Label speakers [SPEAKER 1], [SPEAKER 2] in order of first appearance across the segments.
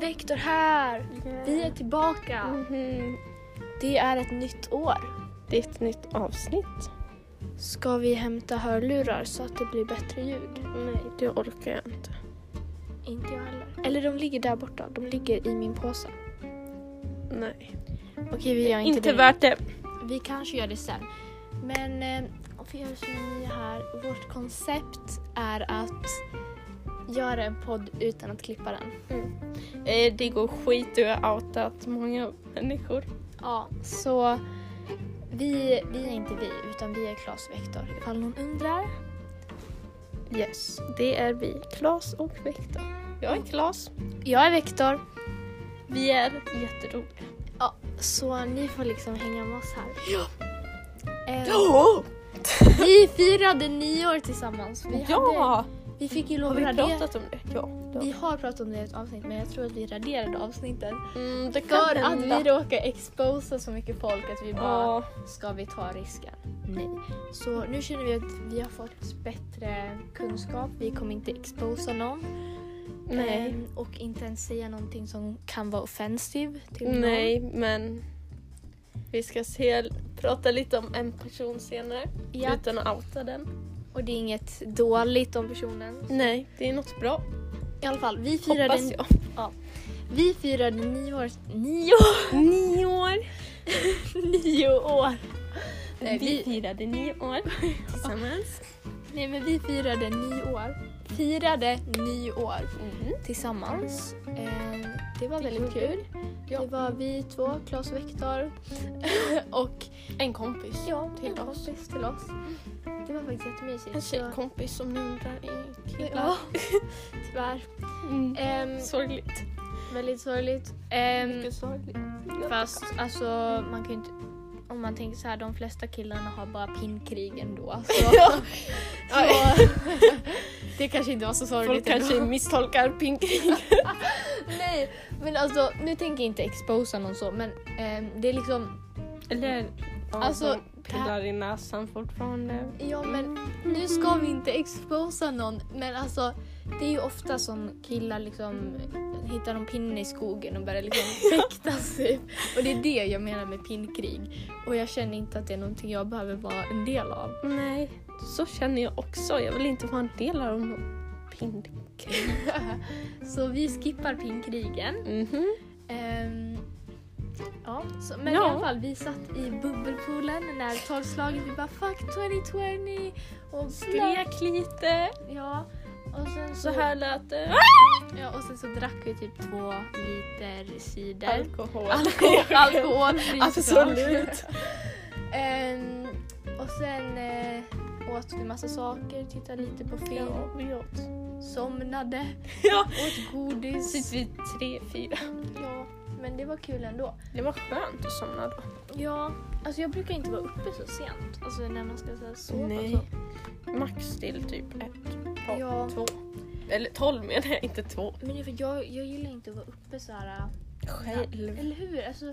[SPEAKER 1] Viktor här! Vi är tillbaka!
[SPEAKER 2] Mhm.
[SPEAKER 1] Det är ett nytt år.
[SPEAKER 2] Det är ett nytt avsnitt.
[SPEAKER 1] Ska vi hämta hörlurar så att det blir bättre ljud?
[SPEAKER 2] Nej, det orkar jag inte.
[SPEAKER 1] Inte jag heller. Eller de ligger där borta. De ligger i min påse.
[SPEAKER 2] Nej.
[SPEAKER 1] Okej, vi gör
[SPEAKER 2] Inte värt det.
[SPEAKER 1] Vi kanske gör det sen. Men eh, för er som är nya här, vårt koncept är att göra en podd utan att klippa den.
[SPEAKER 2] Eh, Det går skit, du har outat många människor.
[SPEAKER 1] Ja, så vi, vi är inte vi, utan vi är Klas och Vektor. Ifall någon undrar.
[SPEAKER 2] Yes, det är vi. Klas och Viktor. Jag är Klas.
[SPEAKER 1] Jag är Vektor.
[SPEAKER 2] Vi är jätteroliga.
[SPEAKER 1] Ja, så ni får liksom hänga med oss här.
[SPEAKER 2] Ja.
[SPEAKER 1] Eh, Vi firade nyår tillsammans. Vi, hade,
[SPEAKER 2] Ja!
[SPEAKER 1] vi fick ju
[SPEAKER 2] Har
[SPEAKER 1] lov
[SPEAKER 2] vi
[SPEAKER 1] att radera.
[SPEAKER 2] pratat om det? Ja. det har
[SPEAKER 1] Vi
[SPEAKER 2] vi.
[SPEAKER 1] har pratat om det i ett avsnitt men jag tror att vi raderade avsnittet.
[SPEAKER 2] Mm, det
[SPEAKER 1] För
[SPEAKER 2] kan
[SPEAKER 1] att
[SPEAKER 2] hända.
[SPEAKER 1] vi råkar exposa så mycket folk att vi bara,
[SPEAKER 2] Ja.
[SPEAKER 1] ska vi ta risken? Nej. Så nu känner vi att vi har fått bättre kunskap. Vi kommer inte exposa någon.
[SPEAKER 2] Nej.
[SPEAKER 1] Ehm, Och inte ens säga någonting som kan vara offensiv till någon.
[SPEAKER 2] Nej, men vi ska se, prata lite om en person senare.
[SPEAKER 1] Ja.
[SPEAKER 2] Utan att outa den.
[SPEAKER 1] Och det är inget dåligt om personen.
[SPEAKER 2] Nej, det är något bra.
[SPEAKER 1] I alla fall, vi firade,
[SPEAKER 2] Hoppas jag.
[SPEAKER 1] vi firade nyår... Nyår?
[SPEAKER 2] Nio år!
[SPEAKER 1] Nio år!
[SPEAKER 2] Nej, vi
[SPEAKER 1] vi,
[SPEAKER 2] firade nio år tillsammans.
[SPEAKER 1] nej men vi firade nyår. Firade nyår
[SPEAKER 2] Mm.
[SPEAKER 1] tillsammans. Eh, det var väldigt
[SPEAKER 2] gjorde
[SPEAKER 1] kul.
[SPEAKER 2] Ja.
[SPEAKER 1] Det var vi två, Klas och Vektor. och
[SPEAKER 2] En kompis.
[SPEAKER 1] ja,
[SPEAKER 2] till
[SPEAKER 1] en
[SPEAKER 2] oss.
[SPEAKER 1] kompis till oss. Det var faktiskt jättemysigt.
[SPEAKER 2] En
[SPEAKER 1] så-
[SPEAKER 2] tjejkompis som nu undrar i killar.
[SPEAKER 1] Ja, tyvärr.
[SPEAKER 2] Mm.
[SPEAKER 1] Ehm,
[SPEAKER 2] Sorgligt.
[SPEAKER 1] väldigt sorgligt. Ehm,
[SPEAKER 2] Mycket sorgligt.
[SPEAKER 1] Fast alltså man kan ju inte om man tänker så här, de flesta killarna har bara pinnkrig ändå. Så,
[SPEAKER 2] Ja.
[SPEAKER 1] så, det kanske inte var så
[SPEAKER 2] Folk
[SPEAKER 1] sorgligt
[SPEAKER 2] kanske
[SPEAKER 1] ändå.
[SPEAKER 2] misstolkar pink.
[SPEAKER 1] Nej, men alltså nu tänker jag inte exposa någon så men ehm, det är liksom,
[SPEAKER 2] Eller ja,
[SPEAKER 1] Alltså,
[SPEAKER 2] de pillar i näsan fortfarande.
[SPEAKER 1] ja men nu ska vi inte exposa någon men alltså det är ju ofta som killar liksom hittar någon pinne i skogen och börjar liksom fäktas typ. Och det är det jag menar med pinnkrig. Och jag känner inte att det är någonting jag behöver vara en del av.
[SPEAKER 2] Nej, så känner jag också. Jag vill inte vara en del av någon pink.
[SPEAKER 1] Så vi skippar pinkrigen.
[SPEAKER 2] Mhm.
[SPEAKER 1] Ehm, ja, så, men
[SPEAKER 2] Ja.
[SPEAKER 1] i alla fall vi satt i bubbelpoolen när tolvslaget vi bara fuck 2020 och skrek.
[SPEAKER 2] Skrek lite.
[SPEAKER 1] Ja, och sen så,
[SPEAKER 2] Så här lät det.
[SPEAKER 1] Ja, och sen så drack vi typ två liter cider.
[SPEAKER 2] Alkohol. Alltså,
[SPEAKER 1] Alkohol, alkoholfri
[SPEAKER 2] Absolut.
[SPEAKER 1] Ehm, och sen eh, åt vi massa saker, tittade lite på film,
[SPEAKER 2] Ja, vi åt.
[SPEAKER 1] somnade,
[SPEAKER 2] Ja.
[SPEAKER 1] åt godis.
[SPEAKER 2] Sitter vi tre, fyra.
[SPEAKER 1] Ja, men det var kul ändå.
[SPEAKER 2] Det var skönt att somna då.
[SPEAKER 1] Ja, alltså jag brukar inte vara uppe så sent. Alltså när man ska så här sova
[SPEAKER 2] Nej.
[SPEAKER 1] och så.
[SPEAKER 2] Max till typ ett,
[SPEAKER 1] Ja.
[SPEAKER 2] två. Eller tolv menar jag, inte två.
[SPEAKER 1] Men det är för jag, jag gillar inte att vara uppe så här.
[SPEAKER 2] Själv.
[SPEAKER 1] Eller hur? Alltså,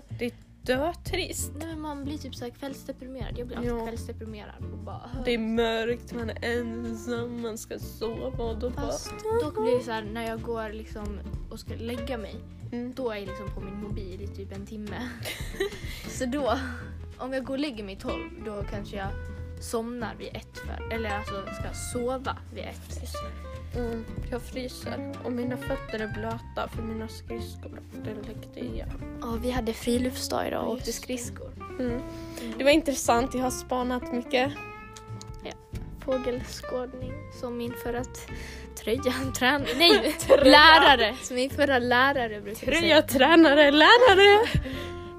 [SPEAKER 2] Dötrist.
[SPEAKER 1] nej, men man blir typ så här kvällsdeprimerad. Jag blir alltid
[SPEAKER 2] Ja.
[SPEAKER 1] kvällsdeprimerad. Och bara,
[SPEAKER 2] Det är mörkt, man är ensam, man ska sova och då bara...
[SPEAKER 1] Fast dock blir det så här när jag går liksom och ska lägga mig.
[SPEAKER 2] Mm.
[SPEAKER 1] Då är jag liksom på min mobil i typ en timme. så då, om jag går och lägger mig tolv då kanske jag somnar vid ett. För, eller alltså ska sova vid ett.
[SPEAKER 2] Mm, jag fryser och mina fötter är blöta för mina skridskor de läckte igen.
[SPEAKER 1] Ja, vi hade friluftsdag idag
[SPEAKER 2] och
[SPEAKER 1] och
[SPEAKER 2] åkte
[SPEAKER 1] åkte skridskor.
[SPEAKER 2] Mm. Det var intressant, jag har spanat mycket.
[SPEAKER 1] fågelskådning som min förra t- tröja, trän, nej, lärare, som min förra lärare brukade
[SPEAKER 2] Tröja,
[SPEAKER 1] säga.
[SPEAKER 2] tränare, lärare!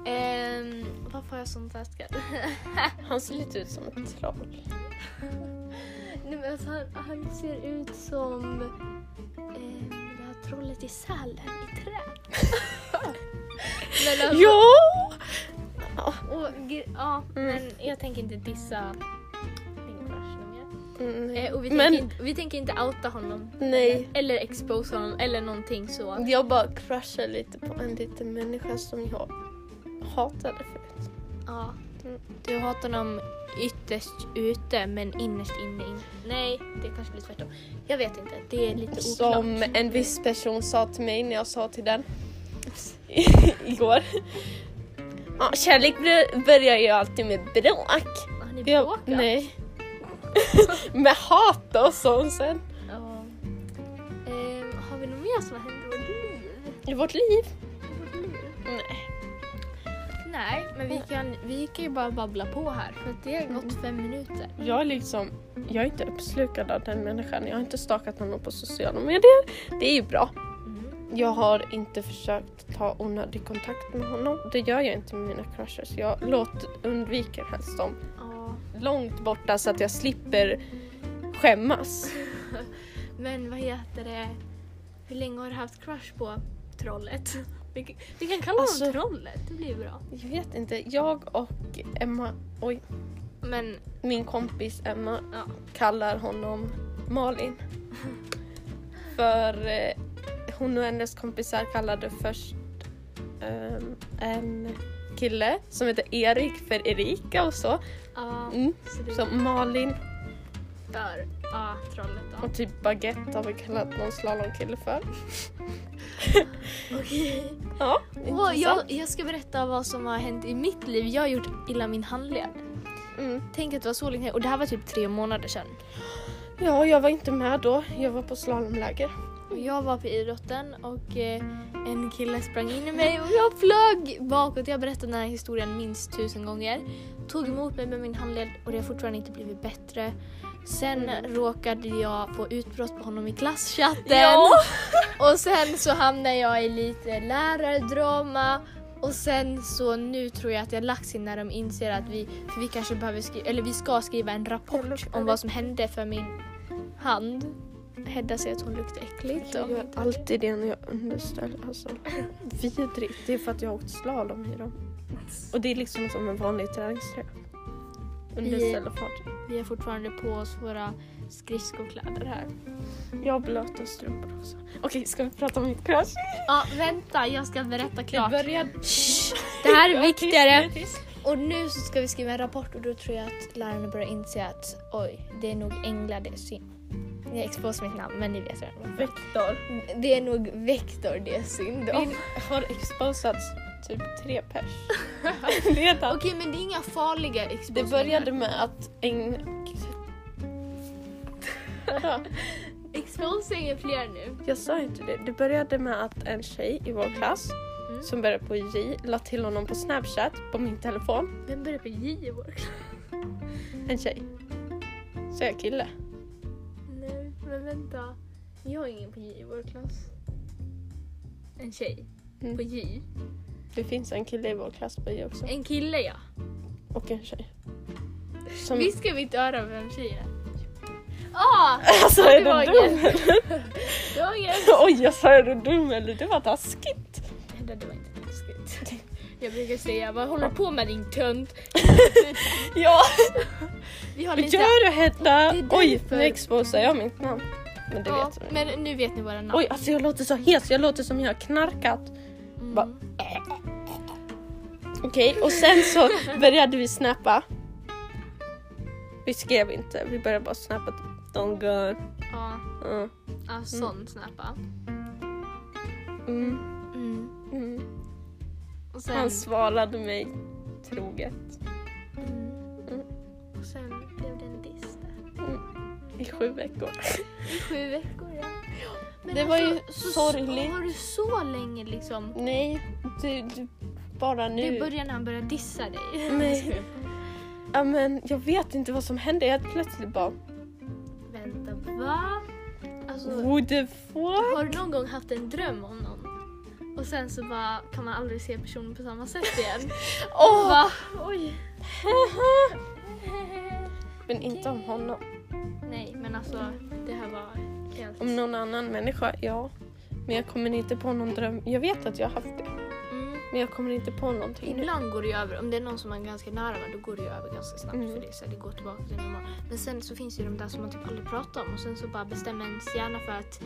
[SPEAKER 1] Ehm, varför har jag sån taskar?
[SPEAKER 2] Han ser lite ut som ett troll.
[SPEAKER 1] nej, men alltså, han, han ser ut som ehm, det här trollet i Sälen i trä. men alltså,
[SPEAKER 2] Ja!
[SPEAKER 1] och, ge- ja,
[SPEAKER 2] Mm.
[SPEAKER 1] men jag tänker inte dissa min crush någon mer.
[SPEAKER 2] Mm,
[SPEAKER 1] Eh, och vi,
[SPEAKER 2] Men
[SPEAKER 1] tänker inte, vi tänker inte outa honom.
[SPEAKER 2] nej,
[SPEAKER 1] Eller exposa honom eller någonting så.
[SPEAKER 2] jag bara crushar lite på en liten människa som jag hatade förut.
[SPEAKER 1] Ja.
[SPEAKER 2] Mm.
[SPEAKER 1] Du hatar dem ytterst ute men innerst inne. In... Nej, det kanske blir tvärtom. Jag vet inte, det är lite oklart.
[SPEAKER 2] Som en viss person sa till mig när jag sa till den.
[SPEAKER 3] igår. Ja, kärlek blir- börjar ju alltid med bråk.
[SPEAKER 1] Har ni
[SPEAKER 3] Jag-
[SPEAKER 1] bråkat?
[SPEAKER 3] Nej. med hat och sånt sen.
[SPEAKER 1] Ja. Ehm, har vi något mer som har hänt i vårt liv?
[SPEAKER 3] I vårt liv?
[SPEAKER 1] I vårt liv?
[SPEAKER 3] Nej.
[SPEAKER 1] Nej, Mm. men vi kan, vi kan ju bara babbla på här för att det har gått fem minuter.
[SPEAKER 2] Jag är liksom, jag är inte uppslukad av den människan. Jag har inte stalkat honom på sociala medier. Det är ju bra.
[SPEAKER 1] Mm.
[SPEAKER 2] Jag har inte försökt ta onödig kontakt med honom. Det gör jag inte med mina crushes. Jag låter, undviker helst dem
[SPEAKER 1] Ja.
[SPEAKER 2] långt borta så att jag slipper skämmas.
[SPEAKER 1] Men vad heter det? Hur länge har du haft crush på trollet? Vi, kan- vi kan kalla
[SPEAKER 2] Alltså-
[SPEAKER 1] honom trollet, det blir bra.
[SPEAKER 2] Jag vet inte, jag och Emma, oj,
[SPEAKER 1] Men
[SPEAKER 2] min kompis Emma
[SPEAKER 1] Ja.
[SPEAKER 2] kallar honom Malin. För eh, hon och hennes kompisar kallade först ehm, en kille som heter Erik för Erika och så.
[SPEAKER 1] ja,
[SPEAKER 2] Mm.
[SPEAKER 1] så det
[SPEAKER 2] Så Malin
[SPEAKER 1] där. Ja, trollet då.
[SPEAKER 2] och typ Baguette har vi kallat någon slalomkille för.
[SPEAKER 1] Okej.
[SPEAKER 2] Ja,
[SPEAKER 1] Åh,
[SPEAKER 2] intressant.
[SPEAKER 1] jag, jag ska berätta vad som har hänt i mitt liv. Jag har gjort illa min handled.
[SPEAKER 2] Mm.
[SPEAKER 1] Tänk att det var så länge och det här var typ tre månader sedan.
[SPEAKER 2] ja, jag var inte med då. Jag var på slalomläger.
[SPEAKER 1] Och jag var på idrotten och eh, en kille sprang in i mig och jag flög bakåt. Jag har berättat den här historien minst tusen gånger. Tog emot mig med min handled och det har fortfarande inte blivit bättre. Sen råkade jag få utbrott på honom i klasschatten.
[SPEAKER 3] Ja.
[SPEAKER 1] Och sen så hamnade jag i lite lärardrama. Och sen så nu tror jag att jag har lagt sig när de inser att vi, för vi kanske behöver skriva, eller vi ska skriva en rapport om vad som hände för min hand. Hedda säger att hon luktar äckligt.
[SPEAKER 2] Jag
[SPEAKER 1] Och,
[SPEAKER 2] gör alltid det när jag underställer. Alltså, vidrigt. Det är för att jag har åkt slalom i dem. Och det är liksom som en vanlig träningströja. Underställ och fart.
[SPEAKER 1] vi har fortfarande på oss våra skridskokläder här.
[SPEAKER 2] Jag har blöta strumpor också. Okej, ska vi prata om mitt crush?
[SPEAKER 1] Ja, vänta, jag ska berätta klart.
[SPEAKER 2] började...
[SPEAKER 1] Shh, det här är viktigare.
[SPEAKER 2] Tyst,
[SPEAKER 1] Och nu så ska vi skriva en rapport och då tror jag att lärarna börjar inse att oj, det är nog änglar det är synd. Jag exposar mitt namn men ni vet redan. varför.
[SPEAKER 2] Vektor.
[SPEAKER 1] Det är nog Vektor det är synd om.
[SPEAKER 2] Min har exposats typ tre pers. Redan.
[SPEAKER 1] Okej men det är inga farliga
[SPEAKER 2] Det
[SPEAKER 1] exposningar.
[SPEAKER 2] började med att en...
[SPEAKER 1] Exposing är fler nu.
[SPEAKER 2] Jag sa inte det. Det började med att en tjej i vår klass
[SPEAKER 1] Mm.
[SPEAKER 2] som började på J la till honom på Snapchat på min telefon.
[SPEAKER 1] Vem börjar på J i vår klass?
[SPEAKER 2] En tjej. Så jag kille.
[SPEAKER 1] Nej men vänta. Jag har ingen på J i vår klass. En tjej.
[SPEAKER 2] Mm.
[SPEAKER 1] På J.
[SPEAKER 2] Det finns en kille i vår klass på J också.
[SPEAKER 1] En kille ja.
[SPEAKER 2] Och en tjej. Som...
[SPEAKER 1] Visst ska vi inte höra vem tjejen är? Ah!
[SPEAKER 2] Alltså
[SPEAKER 1] Det
[SPEAKER 2] är
[SPEAKER 1] var
[SPEAKER 2] du dum
[SPEAKER 1] ingen.
[SPEAKER 2] eller?
[SPEAKER 1] Det var ingen.
[SPEAKER 2] Oj, jag sa är du dum eller? Det var taskigt.
[SPEAKER 1] Det där, det var inte taskigt. Jag brukar säga vad håller du på med din tönt?
[SPEAKER 2] Ja,
[SPEAKER 1] Vi har
[SPEAKER 2] vad
[SPEAKER 1] lite...
[SPEAKER 2] gör du Hedda?
[SPEAKER 1] Det är
[SPEAKER 2] Oj,
[SPEAKER 1] därför.
[SPEAKER 2] nu exposar jag mitt namn. Men det
[SPEAKER 1] ja,
[SPEAKER 2] vet du.
[SPEAKER 1] men nu vet ni våra namn.
[SPEAKER 2] Oj, alltså jag låter så hes. Jag låter som jag har knarkat.
[SPEAKER 1] Mm.
[SPEAKER 2] va? Okej, och sen så började vi snappa. Vi skrev inte, vi började bara snappa. typ, Don't go.
[SPEAKER 1] Ja,
[SPEAKER 2] Mm.
[SPEAKER 1] ja sån snappa.
[SPEAKER 2] Mm.
[SPEAKER 1] Mm.
[SPEAKER 2] Mm.
[SPEAKER 1] Och sen...
[SPEAKER 2] Han svarade mig troget.
[SPEAKER 1] Mm.
[SPEAKER 2] Mm.
[SPEAKER 1] Och sen blev det en diss där.
[SPEAKER 2] I sju veckor.
[SPEAKER 1] I sju veckor ja. Men alltså,
[SPEAKER 2] Det var ju
[SPEAKER 1] så-
[SPEAKER 2] sorgligt.
[SPEAKER 1] Har du så länge liksom?
[SPEAKER 2] Nej, du, du bara nu.
[SPEAKER 1] Det började när han började dissa dig.
[SPEAKER 2] Nej. Ja, men jag vet inte vad som hände. Jag plötsligt bara...
[SPEAKER 1] Vänta, va? Alltså,
[SPEAKER 2] What the fuck?
[SPEAKER 1] har du någon gång haft en dröm om någon? Och sen så bara kan man aldrig se personen på samma sätt igen.
[SPEAKER 2] Åh!
[SPEAKER 1] Va? Oj.
[SPEAKER 2] Men inte om honom.
[SPEAKER 1] Nej, men alltså det här var helt...
[SPEAKER 2] Om någon annan människa, ja. Men jag kommer inte på någon dröm. Jag vet att jag har haft det.
[SPEAKER 1] Mm.
[SPEAKER 2] Men jag kommer inte på någonting nu.
[SPEAKER 1] Ibland går det ju över, om det är någon som man är ganska nära med då går det ju över ganska snabbt
[SPEAKER 2] Mm.
[SPEAKER 1] för det, är så här, det går tillbaka till normalt. Men sen så finns det ju de där som man typ aldrig pratar om och sen så bara bestämmer ens hjärna för att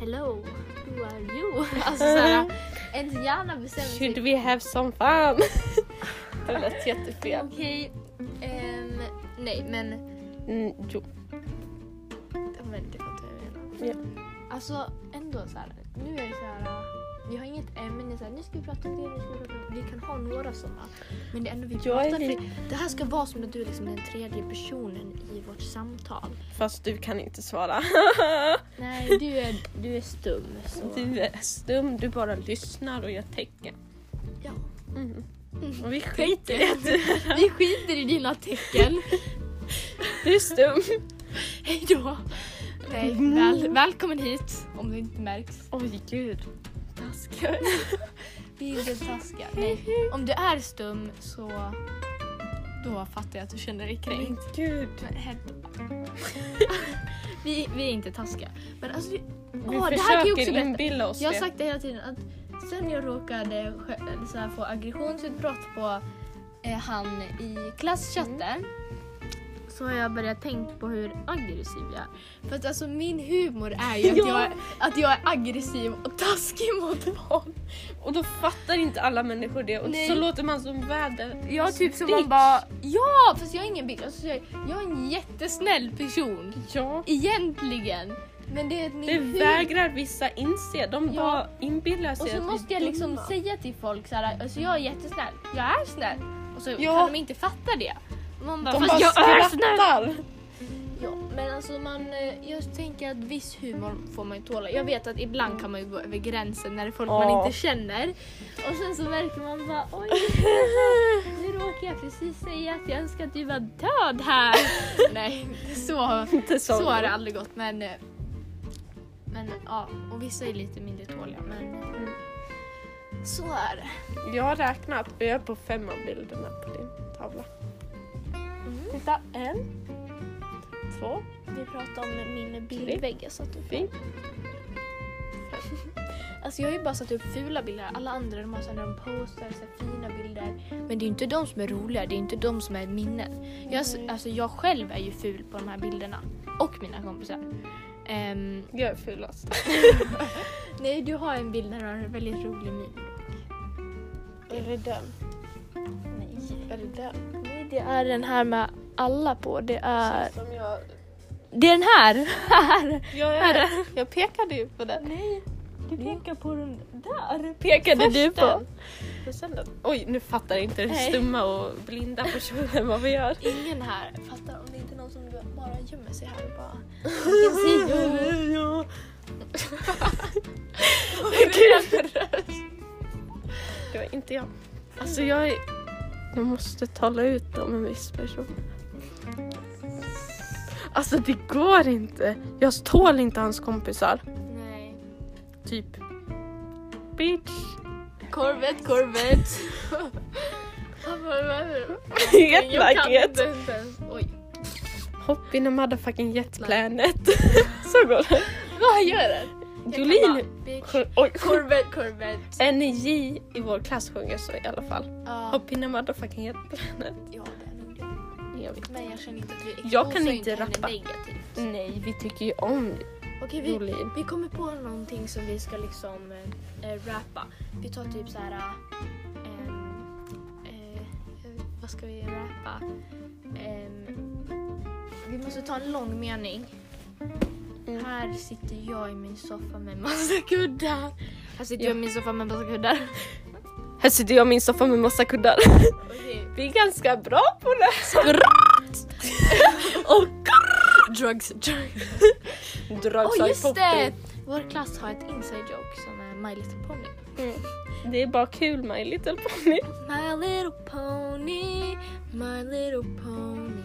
[SPEAKER 1] Hello, who are you? Alltså såhär, ens hjärna bestämmer sig.
[SPEAKER 2] Should we have some fun? det lät jättefel.
[SPEAKER 1] Okej, ehm, nej men,
[SPEAKER 2] Mm, jo.
[SPEAKER 1] ja, men du fattar vad jag menar.
[SPEAKER 2] Ja.
[SPEAKER 1] Alltså ändå såhär, nu är det såhär Vi har inget ämne så här, nu ska vi prata om det, nu ska vi prata om det. Vi kan ha några sådana. Men det är ändå vi
[SPEAKER 2] Jag är
[SPEAKER 1] pratar
[SPEAKER 2] lite-
[SPEAKER 1] för Det här ska vara som att du är liksom den tredje personen i vårt samtal.
[SPEAKER 2] Fast du kan inte svara.
[SPEAKER 1] Nej, du är, du är stum. Så.
[SPEAKER 2] Du är stum, du bara lyssnar och jag tänker.
[SPEAKER 1] Ja.
[SPEAKER 2] Mm. Och vi skiter i
[SPEAKER 1] Tecken.
[SPEAKER 2] att du,
[SPEAKER 1] Vi skiter i dina tecken.
[SPEAKER 2] du är stum.
[SPEAKER 1] Hej då. Nej, väl, välkommen hit om det inte märks.
[SPEAKER 2] Oj gud. Taskar.
[SPEAKER 1] Vi är inte taskiga. Nej, om du är stum så då fattar jag att du känner dig kränkt.
[SPEAKER 2] Men gud.
[SPEAKER 1] Men helvete. Typ. vi, vi är inte taskiga. Men alltså, vi,
[SPEAKER 2] Vi
[SPEAKER 1] Åh, det här kan ju också
[SPEAKER 2] försöker
[SPEAKER 1] berätta.
[SPEAKER 2] inbilla oss
[SPEAKER 1] jag har
[SPEAKER 2] det.
[SPEAKER 1] sagt det hela tiden att sen jag råkade sjö- eller så här, få aggressionsutbrott på eh, han i klasschatten Mm. så har jag börjat tänka på hur aggressiv jag är. För att alltså min humor är ju att,
[SPEAKER 2] Ja.
[SPEAKER 1] jag, att jag är aggressiv och taskig mot barn.
[SPEAKER 2] Och då fattar inte alla människor det och
[SPEAKER 1] Nej.
[SPEAKER 2] så låter man som väder.
[SPEAKER 1] Ja,
[SPEAKER 2] Alltså,
[SPEAKER 1] typ som
[SPEAKER 2] bitch.
[SPEAKER 1] man bara ja fast jag är ingen bitch. Alltså, jag, jag är en jättesnäll person.
[SPEAKER 2] Ja.
[SPEAKER 1] Egentligen. Men det är att min
[SPEAKER 2] Det vägrar vissa inse. De
[SPEAKER 1] Ja.
[SPEAKER 2] bara inbillar sig
[SPEAKER 1] Och så
[SPEAKER 2] att vi är
[SPEAKER 1] måste jag liksom
[SPEAKER 2] dumma.
[SPEAKER 1] säga till folk så här, alltså jag är jättesnäll, jag är snäll. Och så
[SPEAKER 2] Ja.
[SPEAKER 1] kan de inte fatta det. Man bara,
[SPEAKER 2] De
[SPEAKER 1] "Fast
[SPEAKER 2] bara
[SPEAKER 1] jag är snäll."
[SPEAKER 2] skrattar.
[SPEAKER 1] Ja, men alltså man, eh, jag tänker att viss humor får man ju tåla. Jag vet att ibland kan man ju gå över gränsen när det är folk man
[SPEAKER 2] Ja.
[SPEAKER 1] inte känner. Och sen så märker man bara oj, nu råkar jag precis säga att jag önskar att du var död här. Nej, så,
[SPEAKER 2] Inte så.
[SPEAKER 1] så har det aldrig gått. Men, eh, men ja, och vissa är lite mindre tåliga. Men
[SPEAKER 2] Mm.
[SPEAKER 1] så är det.
[SPEAKER 2] Jag har räknat och jag är på fem av bilderna på din tavla. Titta, en, två,
[SPEAKER 1] Vi pratade om min bildvägg jag satt upp.
[SPEAKER 2] Fint.
[SPEAKER 1] Alltså jag har ju bara satt upp fula bilder. Alla andra de har så här, när de postar så här, fina bilder. Men det är ju inte de som är roliga, det är inte de som är minnen. Jag, alltså jag själv är ju ful på de här bilderna. Och mina kompisar. Ehm,
[SPEAKER 2] jag är fulast.
[SPEAKER 1] nej, du har en bild där du har en väldigt rolig min.
[SPEAKER 2] Är det den?
[SPEAKER 1] Nej.
[SPEAKER 2] Är det den?
[SPEAKER 1] nej, det är den här med alla på. Det är...
[SPEAKER 2] Som jag...
[SPEAKER 1] Det är den här! här.
[SPEAKER 2] Jag, är... jag pekade ju på den.
[SPEAKER 1] Nej,
[SPEAKER 2] Du pekar på den där.
[SPEAKER 1] pekade
[SPEAKER 2] Först
[SPEAKER 1] du på?
[SPEAKER 2] den. Och sen den. Oj, nu fattar inte den
[SPEAKER 1] Nej.
[SPEAKER 2] stumma och blinda personen vad vi gör.
[SPEAKER 1] Ingen här fattar om det inte är någon som bara gömmer sig här och bara... Jag säger ju-
[SPEAKER 2] Ja. Det var inte jag. Alltså jag är... Jag måste tala ut om en viss person. Alltså det går inte. Jag tål inte hans kompisar.
[SPEAKER 1] Nej.
[SPEAKER 2] Typ. Bitch.
[SPEAKER 1] Corvette, Corvette. Han bara, "Vad- jag kan
[SPEAKER 2] Jetlacket.
[SPEAKER 1] inte ens." Oj.
[SPEAKER 2] Hopp in a motherfucking jetplanet. Så går det.
[SPEAKER 1] Vad gör den? Jag kan
[SPEAKER 2] Jolene.
[SPEAKER 1] bara, "Bitch."
[SPEAKER 2] Oj.
[SPEAKER 1] Corvette, Corvette.
[SPEAKER 2] En J i vår klass sjunger så i alla fall.
[SPEAKER 1] Ja,
[SPEAKER 2] Eh, Hopp in a motherfucking jetplanet.
[SPEAKER 1] ja, det är nog det.
[SPEAKER 2] Jag vet.
[SPEAKER 1] Men jag känner inte att vi
[SPEAKER 2] Jag kan
[SPEAKER 1] exposar
[SPEAKER 2] inte
[SPEAKER 1] henne
[SPEAKER 2] rappa. Mm.
[SPEAKER 1] negativt.
[SPEAKER 2] Nej, vi tycker ju om
[SPEAKER 1] Okej, vi,
[SPEAKER 2] Jolin.
[SPEAKER 1] Vi kommer på någonting som vi ska liksom eh, eh, rappa. Vi tar typ så här. eh, eh, eh, vad ska vi rappa? Ehm, vi måste ta en lång mening.
[SPEAKER 2] Mm.
[SPEAKER 1] Här sitter jag i min soffa med massa kuddar. Här sitter jag i min soffa med massa kuddar.
[SPEAKER 2] Här sitter Alltså, jag i min soffa med massa kuddar.
[SPEAKER 1] Okej.
[SPEAKER 2] Vi är ganska bra på det. Och
[SPEAKER 1] Drugs, drugs.
[SPEAKER 2] Drugs
[SPEAKER 1] Åh
[SPEAKER 2] are
[SPEAKER 1] just
[SPEAKER 2] popular.
[SPEAKER 1] det! Vår klass har ett inside joke som är My Little Pony.
[SPEAKER 2] Det är bara kul My Little Pony.
[SPEAKER 1] My little pony, my little pony.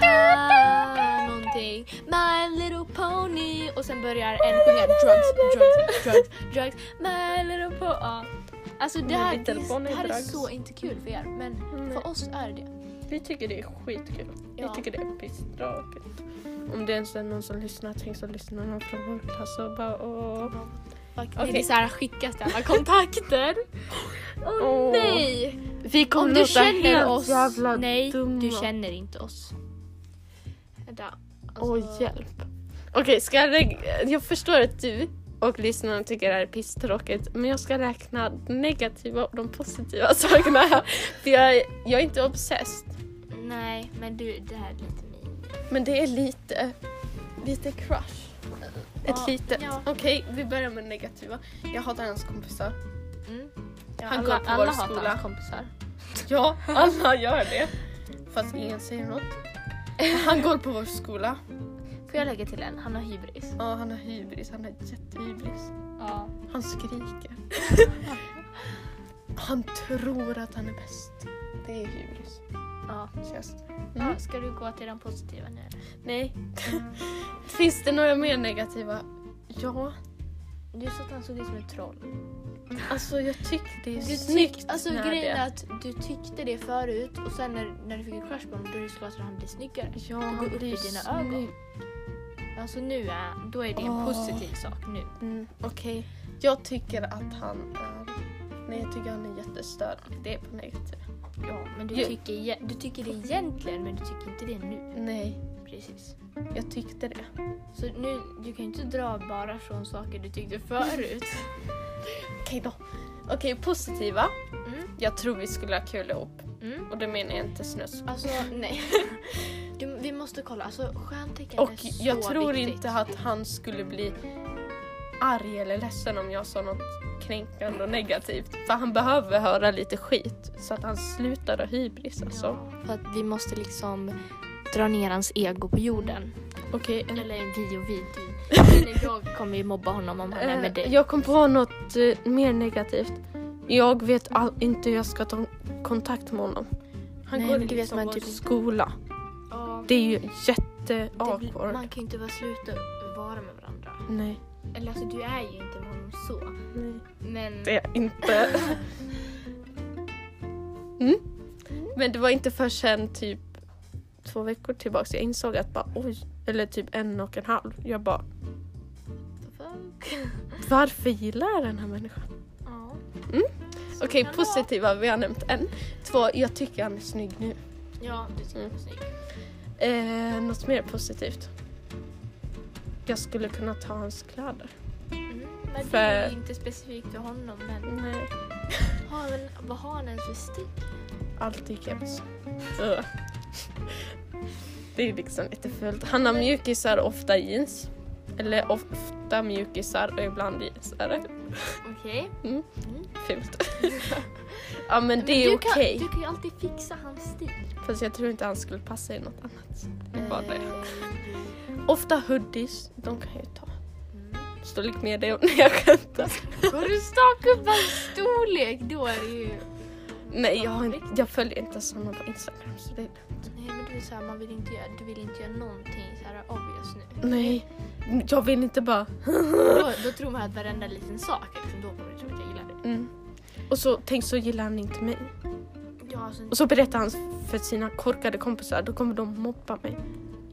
[SPEAKER 1] Ha, någonting. My little pony. Och sen börjar en sjunga drugs, drugs, drugs, drugs. My little pony. Ja. Alltså det här,
[SPEAKER 2] Little
[SPEAKER 1] det,
[SPEAKER 2] Pony
[SPEAKER 1] det här är
[SPEAKER 2] drugs.
[SPEAKER 1] så inte kul för er men för oss är det
[SPEAKER 2] Vi tycker det är skitkul. Vi
[SPEAKER 1] Mm. Ja.
[SPEAKER 2] tycker det är pissdraget. Om det ens är någon som lyssnar, tänk så lyssnar någon från vår klass och bara åh.
[SPEAKER 1] Okej.
[SPEAKER 2] Okej.
[SPEAKER 1] Det är så här skickas till alla kontakter. Åh
[SPEAKER 2] Åh.
[SPEAKER 1] nej!
[SPEAKER 2] Vi
[SPEAKER 1] Om
[SPEAKER 2] kommer
[SPEAKER 1] du
[SPEAKER 2] låta
[SPEAKER 1] känner
[SPEAKER 2] helt
[SPEAKER 1] oss,
[SPEAKER 2] jävla
[SPEAKER 1] nej
[SPEAKER 2] dumma.
[SPEAKER 1] du känner inte oss. Vänta,
[SPEAKER 2] Åh
[SPEAKER 1] alltså-
[SPEAKER 2] hjälp. Okej, ska jag lägga... Jag förstår att du och lyssnarna tycker det här är pisstråkigt men jag ska räkna de negativa och de positiva sakerna här. För jag, är- jag är inte obsessed.
[SPEAKER 1] Nej, men du, det här är lite min.
[SPEAKER 2] Men det är lite... Lite crush. Ett
[SPEAKER 1] Ja,
[SPEAKER 2] litet.
[SPEAKER 1] ja.
[SPEAKER 2] Okej, vi börjar med det negativa. Jag hatar hans kompisar.
[SPEAKER 1] Mm.
[SPEAKER 2] Han
[SPEAKER 1] alla
[SPEAKER 2] går på
[SPEAKER 1] alla
[SPEAKER 2] vår
[SPEAKER 1] hatar
[SPEAKER 2] skola.
[SPEAKER 1] hans kompisar.
[SPEAKER 2] Ja, alla gör det. Fast ingen säger något. Han går på vår skola.
[SPEAKER 1] Får jag lägga till en? Han har hybris.
[SPEAKER 2] Ja, han har hybris. Han har jättehybris.
[SPEAKER 1] Ja.
[SPEAKER 2] Han skriker. Han tror att han är bäst. Det är hybris.
[SPEAKER 1] ja. Mm.
[SPEAKER 2] Känns det.
[SPEAKER 1] ja. Ska du gå till den positiva nu? eller?
[SPEAKER 2] Nej. Finns det några mer negativa? Ja,
[SPEAKER 1] Just att han såg ut som ett troll.
[SPEAKER 2] alltså jag tycker det är
[SPEAKER 1] Du
[SPEAKER 2] snyggt
[SPEAKER 1] tyck, alltså
[SPEAKER 2] när
[SPEAKER 1] grejen
[SPEAKER 2] det.
[SPEAKER 1] är att du tyckte det förut och sen när, när du fick en crush på honom då är det såklart att han blir snyggare.
[SPEAKER 2] Ja,
[SPEAKER 1] Det går
[SPEAKER 2] han
[SPEAKER 1] upp i
[SPEAKER 2] blir
[SPEAKER 1] dina
[SPEAKER 2] snygg.
[SPEAKER 1] ögon. Alltså nu är, då är det en
[SPEAKER 2] Åh.
[SPEAKER 1] positiv sak nu.
[SPEAKER 2] Mm, Okej. Jag tycker att han är... Nej, jag tycker han är jättestörd. Det är på negativ.
[SPEAKER 1] Ja, men du,
[SPEAKER 2] Ju-
[SPEAKER 1] tycker, ege- du tycker det egentligen men du tycker inte det nu.
[SPEAKER 2] Nej,
[SPEAKER 1] Precis.
[SPEAKER 2] jag tyckte det.
[SPEAKER 1] Så nu, du kan ju inte dra bara från saker du tyckte förut.
[SPEAKER 2] Okej då. Okej, positiva.
[SPEAKER 1] Mm.
[SPEAKER 2] Jag tror vi skulle ha kul ihop.
[SPEAKER 1] Mm.
[SPEAKER 2] Och det menar jag inte snus.
[SPEAKER 1] Alltså nej. Du, vi måste kolla, alltså stjärntecken
[SPEAKER 2] Och
[SPEAKER 1] är så
[SPEAKER 2] jag tror
[SPEAKER 1] viktigt.
[SPEAKER 2] inte att han skulle bli arg eller ledsen om jag sa något kränkande och negativt. För han behöver höra lite skit så att han slutar ha hybris alltså.
[SPEAKER 1] Ja, för att vi måste liksom dra ner hans ego på jorden.
[SPEAKER 2] Okej, en-
[SPEAKER 1] Eller vi och vi. du. Eller jag kommer ju mobba honom om han är med
[SPEAKER 2] Eh,
[SPEAKER 1] dig.
[SPEAKER 2] Jag kom på något eh, mer negativt. Jag vet all- inte hur jag ska ta kontakt med honom. Han
[SPEAKER 1] Nej,
[SPEAKER 2] går
[SPEAKER 1] men det
[SPEAKER 2] liksom
[SPEAKER 1] vet man
[SPEAKER 2] vår
[SPEAKER 1] typ inte.
[SPEAKER 2] skola.
[SPEAKER 1] Ja,
[SPEAKER 2] Det är ju
[SPEAKER 1] det blir-
[SPEAKER 2] jätteawkward.
[SPEAKER 1] man kan ju inte bara sluta vara med varandra.
[SPEAKER 2] Nej,
[SPEAKER 1] Eller alltså du är ju inte med honom så.
[SPEAKER 2] nej,
[SPEAKER 1] Men
[SPEAKER 2] det är jag inte. mm. Men det var inte förrän typ två veckor tillbaka jag insåg att bara oj, eller typ en och en halv. Jag bara
[SPEAKER 1] fuck.
[SPEAKER 2] varför gillar jag den här människan?
[SPEAKER 1] Ja.
[SPEAKER 2] Mm.
[SPEAKER 1] Så
[SPEAKER 2] Okej,
[SPEAKER 1] kan det vara.
[SPEAKER 2] positiva vi har nämnt en. Två, jag tycker han är snygg nu.
[SPEAKER 1] Ja, du
[SPEAKER 2] Mm.
[SPEAKER 1] tycker han är snygg.
[SPEAKER 2] Eh, något mer positivt? Jag skulle kunna ta hans kläder.
[SPEAKER 1] Mm, men
[SPEAKER 2] För-
[SPEAKER 1] det är ju inte specifikt för honom. Men
[SPEAKER 2] Nej.
[SPEAKER 1] har han, vad har han ens för stick?
[SPEAKER 2] Allt i keps. Ugh. Det är liksom lite fult. Han har mjukisar och ofta jeans. Eller ofta mjukisar och ibland jeans. Är det
[SPEAKER 1] Okej.
[SPEAKER 2] fult? ja men det
[SPEAKER 1] Men
[SPEAKER 2] är
[SPEAKER 1] du kan-
[SPEAKER 2] okej.
[SPEAKER 1] Du kan ju alltid fixa hans stick.
[SPEAKER 2] Fast jag tror inte han skulle passa i något annat. Det var det.
[SPEAKER 1] Eh,
[SPEAKER 2] Ofta hoodies. De kan jag ju ta.
[SPEAKER 1] Mm.
[SPEAKER 2] Storlek med det när jag skämtar.
[SPEAKER 1] Går du stak upp hans storlek då är det ju...
[SPEAKER 2] Nej jag, har inte, jag följer inte sådana på Instagram så det är
[SPEAKER 1] Nej men du är såhär, man vill inte göra, du vill inte göra någonting såhär obvious nu.
[SPEAKER 2] Nej, jag vill inte bara...
[SPEAKER 1] Då, då tror man att varenda liten sak liksom, då kommer du tro att jag gillar det.
[SPEAKER 2] Mm. Och så tänk så gillar han inte mig.
[SPEAKER 1] Ja, alltså,
[SPEAKER 2] Och så berättar han för sina korkade kompisar, då kommer de mobba mig.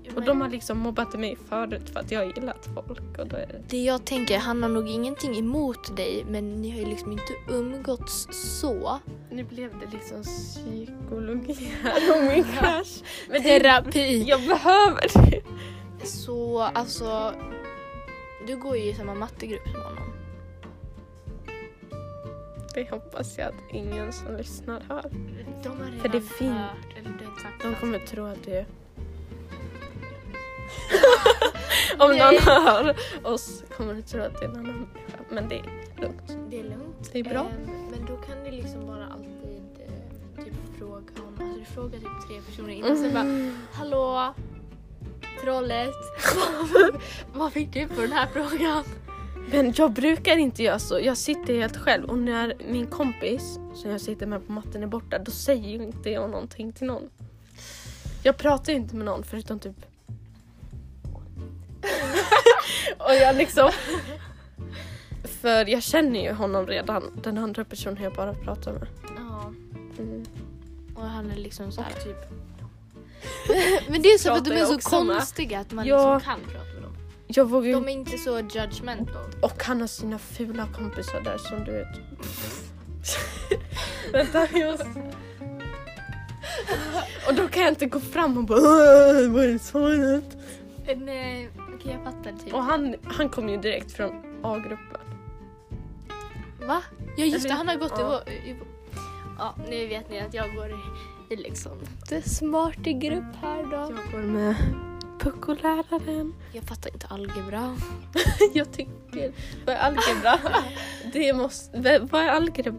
[SPEAKER 1] ja,
[SPEAKER 2] Och
[SPEAKER 1] men-
[SPEAKER 2] de har liksom mobbat mig förut för att jag har gillat folk. Och då är det...
[SPEAKER 1] Det jag tänker, han har nog ingenting emot dig men ni har ju liksom inte umgåtts så.
[SPEAKER 2] Nu blev det liksom psykologi här om min crush. Men det,
[SPEAKER 1] Terapi.
[SPEAKER 2] jag behöver det.
[SPEAKER 1] Så alltså, du går ju i samma mattegrupp som honom.
[SPEAKER 2] Det hoppas jag att ingen som lyssnar hör.
[SPEAKER 1] De har redan
[SPEAKER 2] För det fin-
[SPEAKER 1] hört, eller du har sagt
[SPEAKER 2] De
[SPEAKER 1] allt.
[SPEAKER 2] kommer tro att det är... om någon hör oss kommer de tro att det är en annan människa. Men det är lugnt.
[SPEAKER 1] Det är lugnt.
[SPEAKER 2] Det är bra.
[SPEAKER 1] Ehm, men då kan du liksom bara alltid eh, typ fråga honom. Alltså du frågar typ tre personer innan sen bara
[SPEAKER 2] Mm.
[SPEAKER 1] Hallå! Trollet! Vad- Vad fick du på den här frågan?
[SPEAKER 2] Men jag brukar inte göra så. Jag sitter helt själv och när min kompis som jag sitter med på matten är borta då säger ju inte jag någonting till någon. Jag pratar ju inte med någon förutom typ... och jag liksom... För jag känner ju honom redan, den andra personen jag bara pratar med.
[SPEAKER 1] Ja.
[SPEAKER 2] Mm.
[SPEAKER 1] Och han är liksom såhär typ... men det är så för att de
[SPEAKER 2] Pratar
[SPEAKER 1] är
[SPEAKER 2] jag
[SPEAKER 1] så
[SPEAKER 2] också med?
[SPEAKER 1] konstiga att man
[SPEAKER 2] Ja.
[SPEAKER 1] liksom kan prata med dem.
[SPEAKER 2] Jag vågar ju...
[SPEAKER 1] De är inte så judgmental.
[SPEAKER 2] Och han har sina fula kompisar där som du vet. Vänta, jag måste... Och då kan jag inte gå fram och bara "Åh, vad är det svaret?
[SPEAKER 1] Men eh, okej jag fattar typ.
[SPEAKER 2] Och han, han kom ju direkt från A-gruppen.
[SPEAKER 1] Va? Ja just det,
[SPEAKER 2] Eller-
[SPEAKER 1] han har gått i
[SPEAKER 2] ja.
[SPEAKER 1] vår... I, vår- ja, nu vet ni att jag går i, i liksom... Det smart i grupp här då.
[SPEAKER 2] Jag går med Puckoläraren.
[SPEAKER 1] Jag fattar inte algebra.
[SPEAKER 2] Jag tycker... Vad är algebra? det måste... v- Vad är algebra?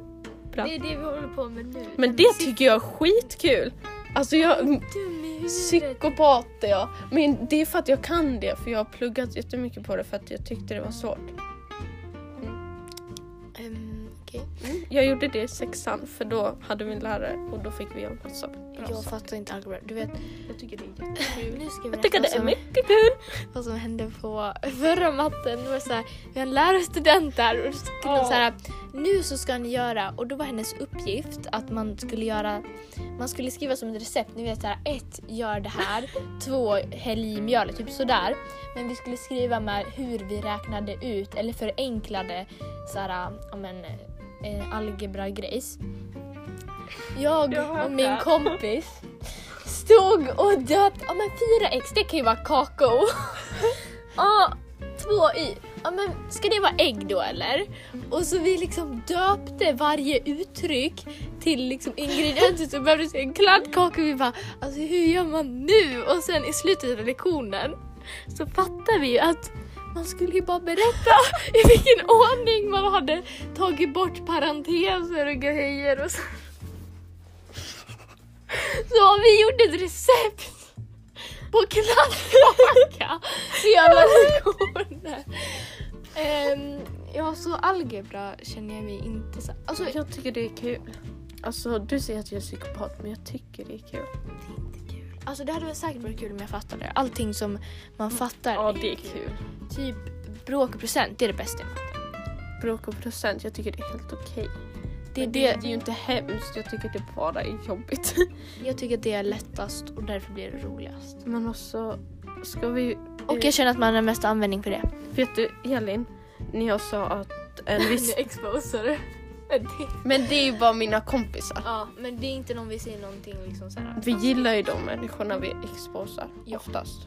[SPEAKER 2] Ja.
[SPEAKER 1] Det är det vi håller på med nu.
[SPEAKER 2] Men det tycker jag är skitkul! Alltså jag...
[SPEAKER 1] Dum i huvudet.
[SPEAKER 2] Psykopat är jag. Men det är för att jag kan det, för jag har pluggat jättemycket på det för att jag tyckte det var svårt.
[SPEAKER 1] Ehm, Okej.
[SPEAKER 2] Jag gjorde det i sexan för då hade vi en lärare och då fick vi göra massa bra
[SPEAKER 1] Jag
[SPEAKER 2] saker.
[SPEAKER 1] fattar inte algebra. Du vet,
[SPEAKER 2] Jag tycker det är Alltså, jätte...
[SPEAKER 1] nu ska vi
[SPEAKER 2] Jag tycker
[SPEAKER 1] berätta
[SPEAKER 2] det är
[SPEAKER 1] vad som-
[SPEAKER 2] mycket kul!
[SPEAKER 1] vad som hände på förra matten. Det var så här, vi har en lärarstudent där och då skulle de
[SPEAKER 2] Ja.
[SPEAKER 1] så här, nu så ska ni göra, och då var hennes uppgift att man skulle göra, man skulle skriva som ett recept, ni vet så här, ett, gör det här, två, häll i mjölet, typ sådär. Men vi skulle skriva med hur vi räknade ut, eller förenklade så här, ja men, eh, algebra-grejs. Jag
[SPEAKER 2] Jag
[SPEAKER 1] och min
[SPEAKER 2] hatar.
[SPEAKER 1] kompis stod och döpte, ja men 4x det kan ju vara kakao. Ja, 2y, ja men ska det vara ägg då eller? Och så vi liksom döpte varje uttryck till liksom ingredienser som behövdes i en kladdkaka och vi bara alltså hur gör man nu? Och sen i slutet av lektionen så fattar vi ju att man skulle ju bara berätta i vilken ordning man hade tagit bort parenteser och grejer och så. Så vi gjorde ett recept på kladdkaka i alla lektioner. Ehm, ja, så algebra känner jag mig inte så... Alltså,
[SPEAKER 2] Jag tycker det är kul. Alltså du säger att jag är psykopat men jag tycker det är kul.
[SPEAKER 1] alltså det hade väl säkert varit kul om jag fattade. Allting som man fattar.
[SPEAKER 2] Ja det är kul.
[SPEAKER 1] Typ bråk och procent, det är det bästa.
[SPEAKER 2] Bråk och procent, jag tycker det är helt okej.
[SPEAKER 1] Det är
[SPEAKER 2] Men det
[SPEAKER 1] det
[SPEAKER 2] är ju inte hemskt, jag tycker det bara är jobbigt.
[SPEAKER 1] Jag tycker att det är lättast och därför blir det roligast.
[SPEAKER 2] Men också, ska vi... eh,
[SPEAKER 1] Och jag känner att man har mest användning för det.
[SPEAKER 2] Vet du Elin, när jag sa att en viss...
[SPEAKER 1] exposar
[SPEAKER 2] men det är ju bara mina kompisar.
[SPEAKER 1] Ja, men det är inte någon vi säger någonting liksom såhär.
[SPEAKER 2] Vi gillar ju de människorna vi exposar
[SPEAKER 1] Ja.
[SPEAKER 2] oftast.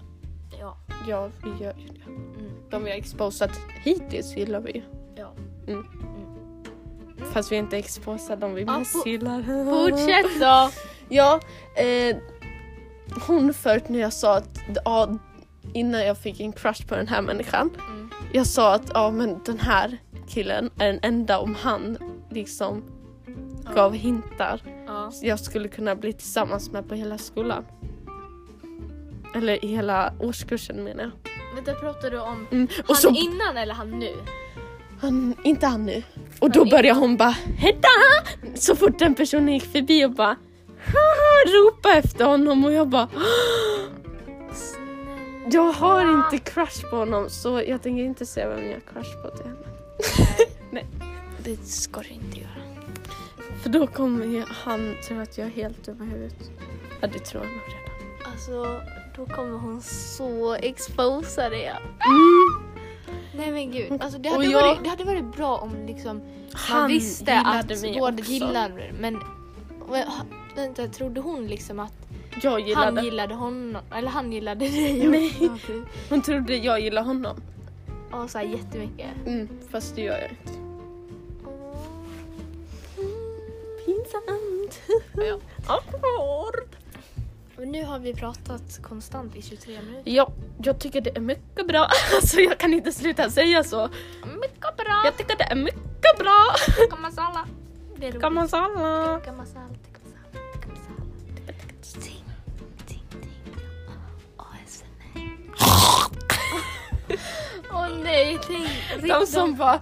[SPEAKER 1] Ja.
[SPEAKER 2] Ja, vi gör ju det.
[SPEAKER 1] Mm.
[SPEAKER 2] De vi har exposat hittills gillar vi ju.
[SPEAKER 1] Ja.
[SPEAKER 2] Mm. Fast vi har inte exposat de vi
[SPEAKER 1] Ja,
[SPEAKER 2] mest
[SPEAKER 1] fo-
[SPEAKER 2] gillar.
[SPEAKER 1] Ah, Fortsätt då!
[SPEAKER 2] Ja, eh, hon förut när jag sa att ja, innan jag fick en crush på den här människan.
[SPEAKER 1] Mm.
[SPEAKER 2] Jag sa att ja, men den här killen är den enda om han liksom gav hintar
[SPEAKER 1] Ja.
[SPEAKER 2] jag skulle kunna bli tillsammans med på hela skolan. Eller i hela årskursen menar jag.
[SPEAKER 1] Vänta, pratar du om
[SPEAKER 2] Mm.
[SPEAKER 1] han
[SPEAKER 2] Och så,
[SPEAKER 1] innan eller han nu?
[SPEAKER 2] han, inte han nu. Och då
[SPEAKER 1] in-
[SPEAKER 2] började hon bara Hedda! Så fort den personen gick förbi och bara Haha! ropa efter honom och jag bara
[SPEAKER 1] Snälla.
[SPEAKER 2] Jag har inte crush på honom så jag tänker inte säga vem jag har crush på till henne.
[SPEAKER 1] Det ska du inte göra.
[SPEAKER 2] För då kommer jag, han tro att jag är helt dum i huvudet. Ja det tror han nog redan.
[SPEAKER 1] Alltså, då kommer hon så exposa det. Mm. Nej men gud, alltså, det, hade
[SPEAKER 2] Och jag-
[SPEAKER 1] varit, det hade varit bra om liksom Han visste
[SPEAKER 2] gillade
[SPEAKER 1] att
[SPEAKER 2] mig
[SPEAKER 1] båda
[SPEAKER 2] också.
[SPEAKER 1] gillade det, men men, ha- vänta, trodde hon liksom att
[SPEAKER 2] Jag gillade.
[SPEAKER 1] han gillade honom? Eller han gillade dig
[SPEAKER 2] Nej.
[SPEAKER 1] också? typ.
[SPEAKER 2] Hon trodde jag gillade honom.
[SPEAKER 1] Ja, så här jättemycket.
[SPEAKER 2] Mm, fast det gör jag inte. Pinsamt.
[SPEAKER 1] Ja.
[SPEAKER 2] Awkward.
[SPEAKER 1] Men nu har vi pratat konstant i 23 minuter.
[SPEAKER 2] Ja, jag tycker det är mycket bra. Alltså jag kan inte sluta säga så.
[SPEAKER 1] Mycket bra!
[SPEAKER 2] Jag tycker det är mycket bra.
[SPEAKER 1] Tikka masala! Det är roligt.
[SPEAKER 2] Kan man salla?
[SPEAKER 1] Tikka masala, tikka masala, tikka masala. Ting, ting, ting. ASMR. Åh nej, tänk.
[SPEAKER 2] De som bara...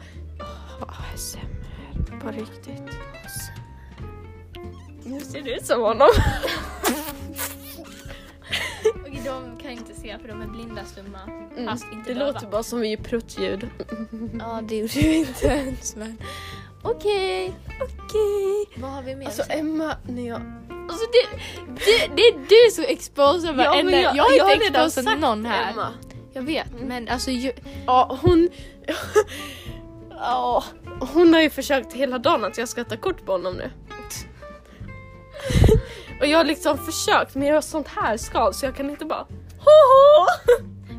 [SPEAKER 2] Åh, ASMR. På riktigt. Nu ser du ut som honom.
[SPEAKER 1] Okej, de kan inte se för de är blinda stumma.
[SPEAKER 2] Mm.
[SPEAKER 1] Fast inte
[SPEAKER 2] Det
[SPEAKER 1] döva.
[SPEAKER 2] låter bara som vi gör pruttljud.
[SPEAKER 1] Ja, det gjorde vi inte ens men. Okej,
[SPEAKER 2] Okej.
[SPEAKER 1] vad har vi mer?
[SPEAKER 2] Alltså Emma, när jag...
[SPEAKER 1] Alltså, det, det, det är du som exposar varenda.
[SPEAKER 2] men
[SPEAKER 1] jag,
[SPEAKER 2] jag-
[SPEAKER 1] har
[SPEAKER 2] jag har
[SPEAKER 1] inte
[SPEAKER 2] redan
[SPEAKER 1] exposat
[SPEAKER 2] sagt
[SPEAKER 1] någon här.
[SPEAKER 2] Emma.
[SPEAKER 1] Jag vet, men alltså ju,
[SPEAKER 2] Ja, hon... ja, hon har ju försökt hela dagen att jag ska ta kort på honom nu. Och jag har liksom försökt men jag har sånt här skal så jag kan inte bara... Hoho!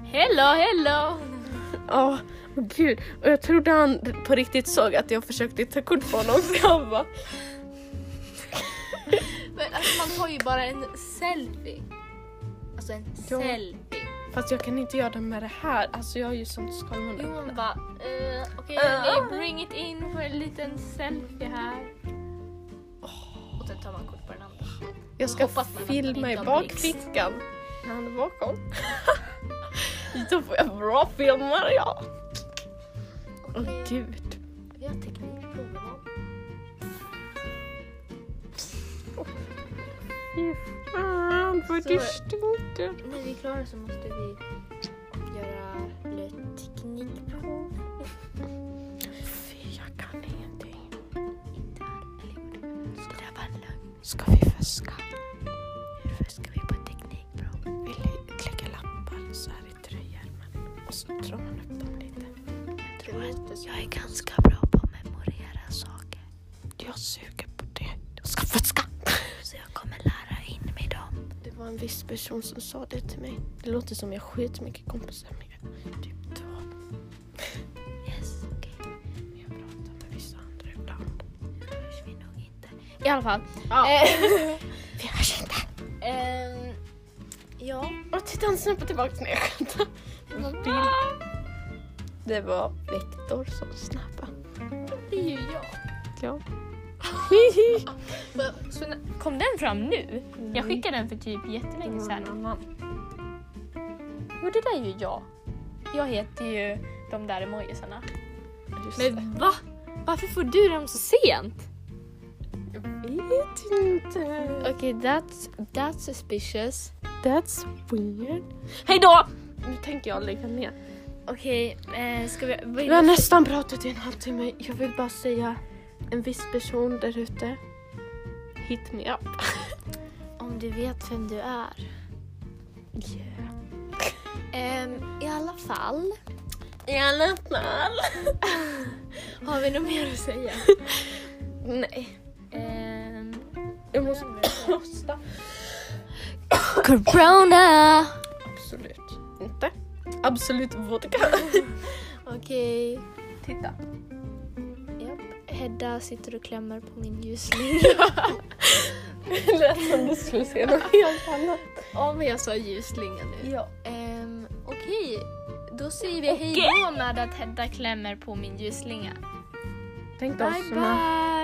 [SPEAKER 1] hello, hello.
[SPEAKER 2] Ja, åh gud. Och jag trodde han på riktigt såg att jag försökte ta kort på honom så jag bara...
[SPEAKER 1] Men alltså, man har ju bara en selfie. Alltså en
[SPEAKER 2] Ja.
[SPEAKER 1] selfie.
[SPEAKER 2] Fast jag kan inte göra det med det här. Alltså jag har ju sånt skallmål.
[SPEAKER 1] Johan bara, eh, okej
[SPEAKER 3] Ah.
[SPEAKER 1] ni bring it in för en liten selfie här. Och sen tar man kort på den andra.
[SPEAKER 2] Jag ska
[SPEAKER 1] hoppas man att man
[SPEAKER 2] filma i
[SPEAKER 1] inte har blixt.
[SPEAKER 2] bakfickan. När han är bakom. Då får jag bra filmer ja. Åh
[SPEAKER 1] Okej,
[SPEAKER 2] gud.
[SPEAKER 1] vi har teknikprov imorgon.
[SPEAKER 2] Fy fan vad
[SPEAKER 1] Så-
[SPEAKER 2] du stinker.
[SPEAKER 1] När vi är klara så måste vi göra lite teknikprov.
[SPEAKER 2] Fy jag kan ingenting.
[SPEAKER 1] Inte här, eller jo, det- det där var en lögn.
[SPEAKER 2] Ska vi fuska?
[SPEAKER 1] Hur ska vi på teknikprov?
[SPEAKER 2] Vi lä- lägger lappar så här i tröjärmen. Och så drar man upp dem lite.
[SPEAKER 1] Jag tror att jag är ganska bra på att memorera saker.
[SPEAKER 2] Jag suger på det. Jag ska fuska.
[SPEAKER 1] Så jag kommer lära in mig dem.
[SPEAKER 2] Det var en viss person som sa det till mig. Det låter som jag har skitmycket kompisar men jag typ två.
[SPEAKER 1] Yes, okej.
[SPEAKER 2] Men jag pratar med vissa andra ibland.
[SPEAKER 1] hörs vi nog inte. I alla fall.
[SPEAKER 2] Ja.
[SPEAKER 1] Eh,
[SPEAKER 2] Vi hörs inte.
[SPEAKER 1] ehm, ja.
[SPEAKER 2] Och titta han snubbade tillbaka när jag skämtade. Bild. Det var Viktor som snappade.
[SPEAKER 1] Det är ju jag.
[SPEAKER 2] Ja.
[SPEAKER 1] Så när- kom den fram nu? Jag skickade den för typ jättelänge
[SPEAKER 2] Mm.
[SPEAKER 1] sedan. Jo, det där är ju jag. Jag heter ju de där emojisarna.
[SPEAKER 2] Just det.
[SPEAKER 1] Men va? Varför får du dem så sent?
[SPEAKER 2] Jag vet inte.
[SPEAKER 1] Okej, that's, that's suspicious.
[SPEAKER 2] That's weird.
[SPEAKER 1] Hej då!
[SPEAKER 2] Nu tänker jag lägga ner.
[SPEAKER 1] Okej, eh, ska vi... vad är
[SPEAKER 2] Vi
[SPEAKER 1] det-
[SPEAKER 2] har nästan pratat i en halvtimme. Jag vill bara säga en viss person där ute. Hit me up.
[SPEAKER 1] Om du vet vem du är.
[SPEAKER 2] Yeah.
[SPEAKER 1] Ehm, I alla fall
[SPEAKER 2] I alla fall.
[SPEAKER 1] har vi något mer att säga.
[SPEAKER 2] Nej.
[SPEAKER 1] Ehm,
[SPEAKER 2] Jag måste hosta.
[SPEAKER 1] corona!
[SPEAKER 2] Absolut inte. Absolut vodka.
[SPEAKER 1] Okej.
[SPEAKER 2] Titta.
[SPEAKER 1] Japp, Hedda sitter och klämmer på min ljusling.
[SPEAKER 2] Det lät som du skulle säga något helt annat.
[SPEAKER 1] Ja, men jag sa ljuslingen nu.
[SPEAKER 2] Ja.
[SPEAKER 1] Ehm, Okej, då säger vi hej då med att Hedda klämmer på min ljuslinga.
[SPEAKER 2] Tänk
[SPEAKER 1] Bye,
[SPEAKER 2] oss
[SPEAKER 1] bye!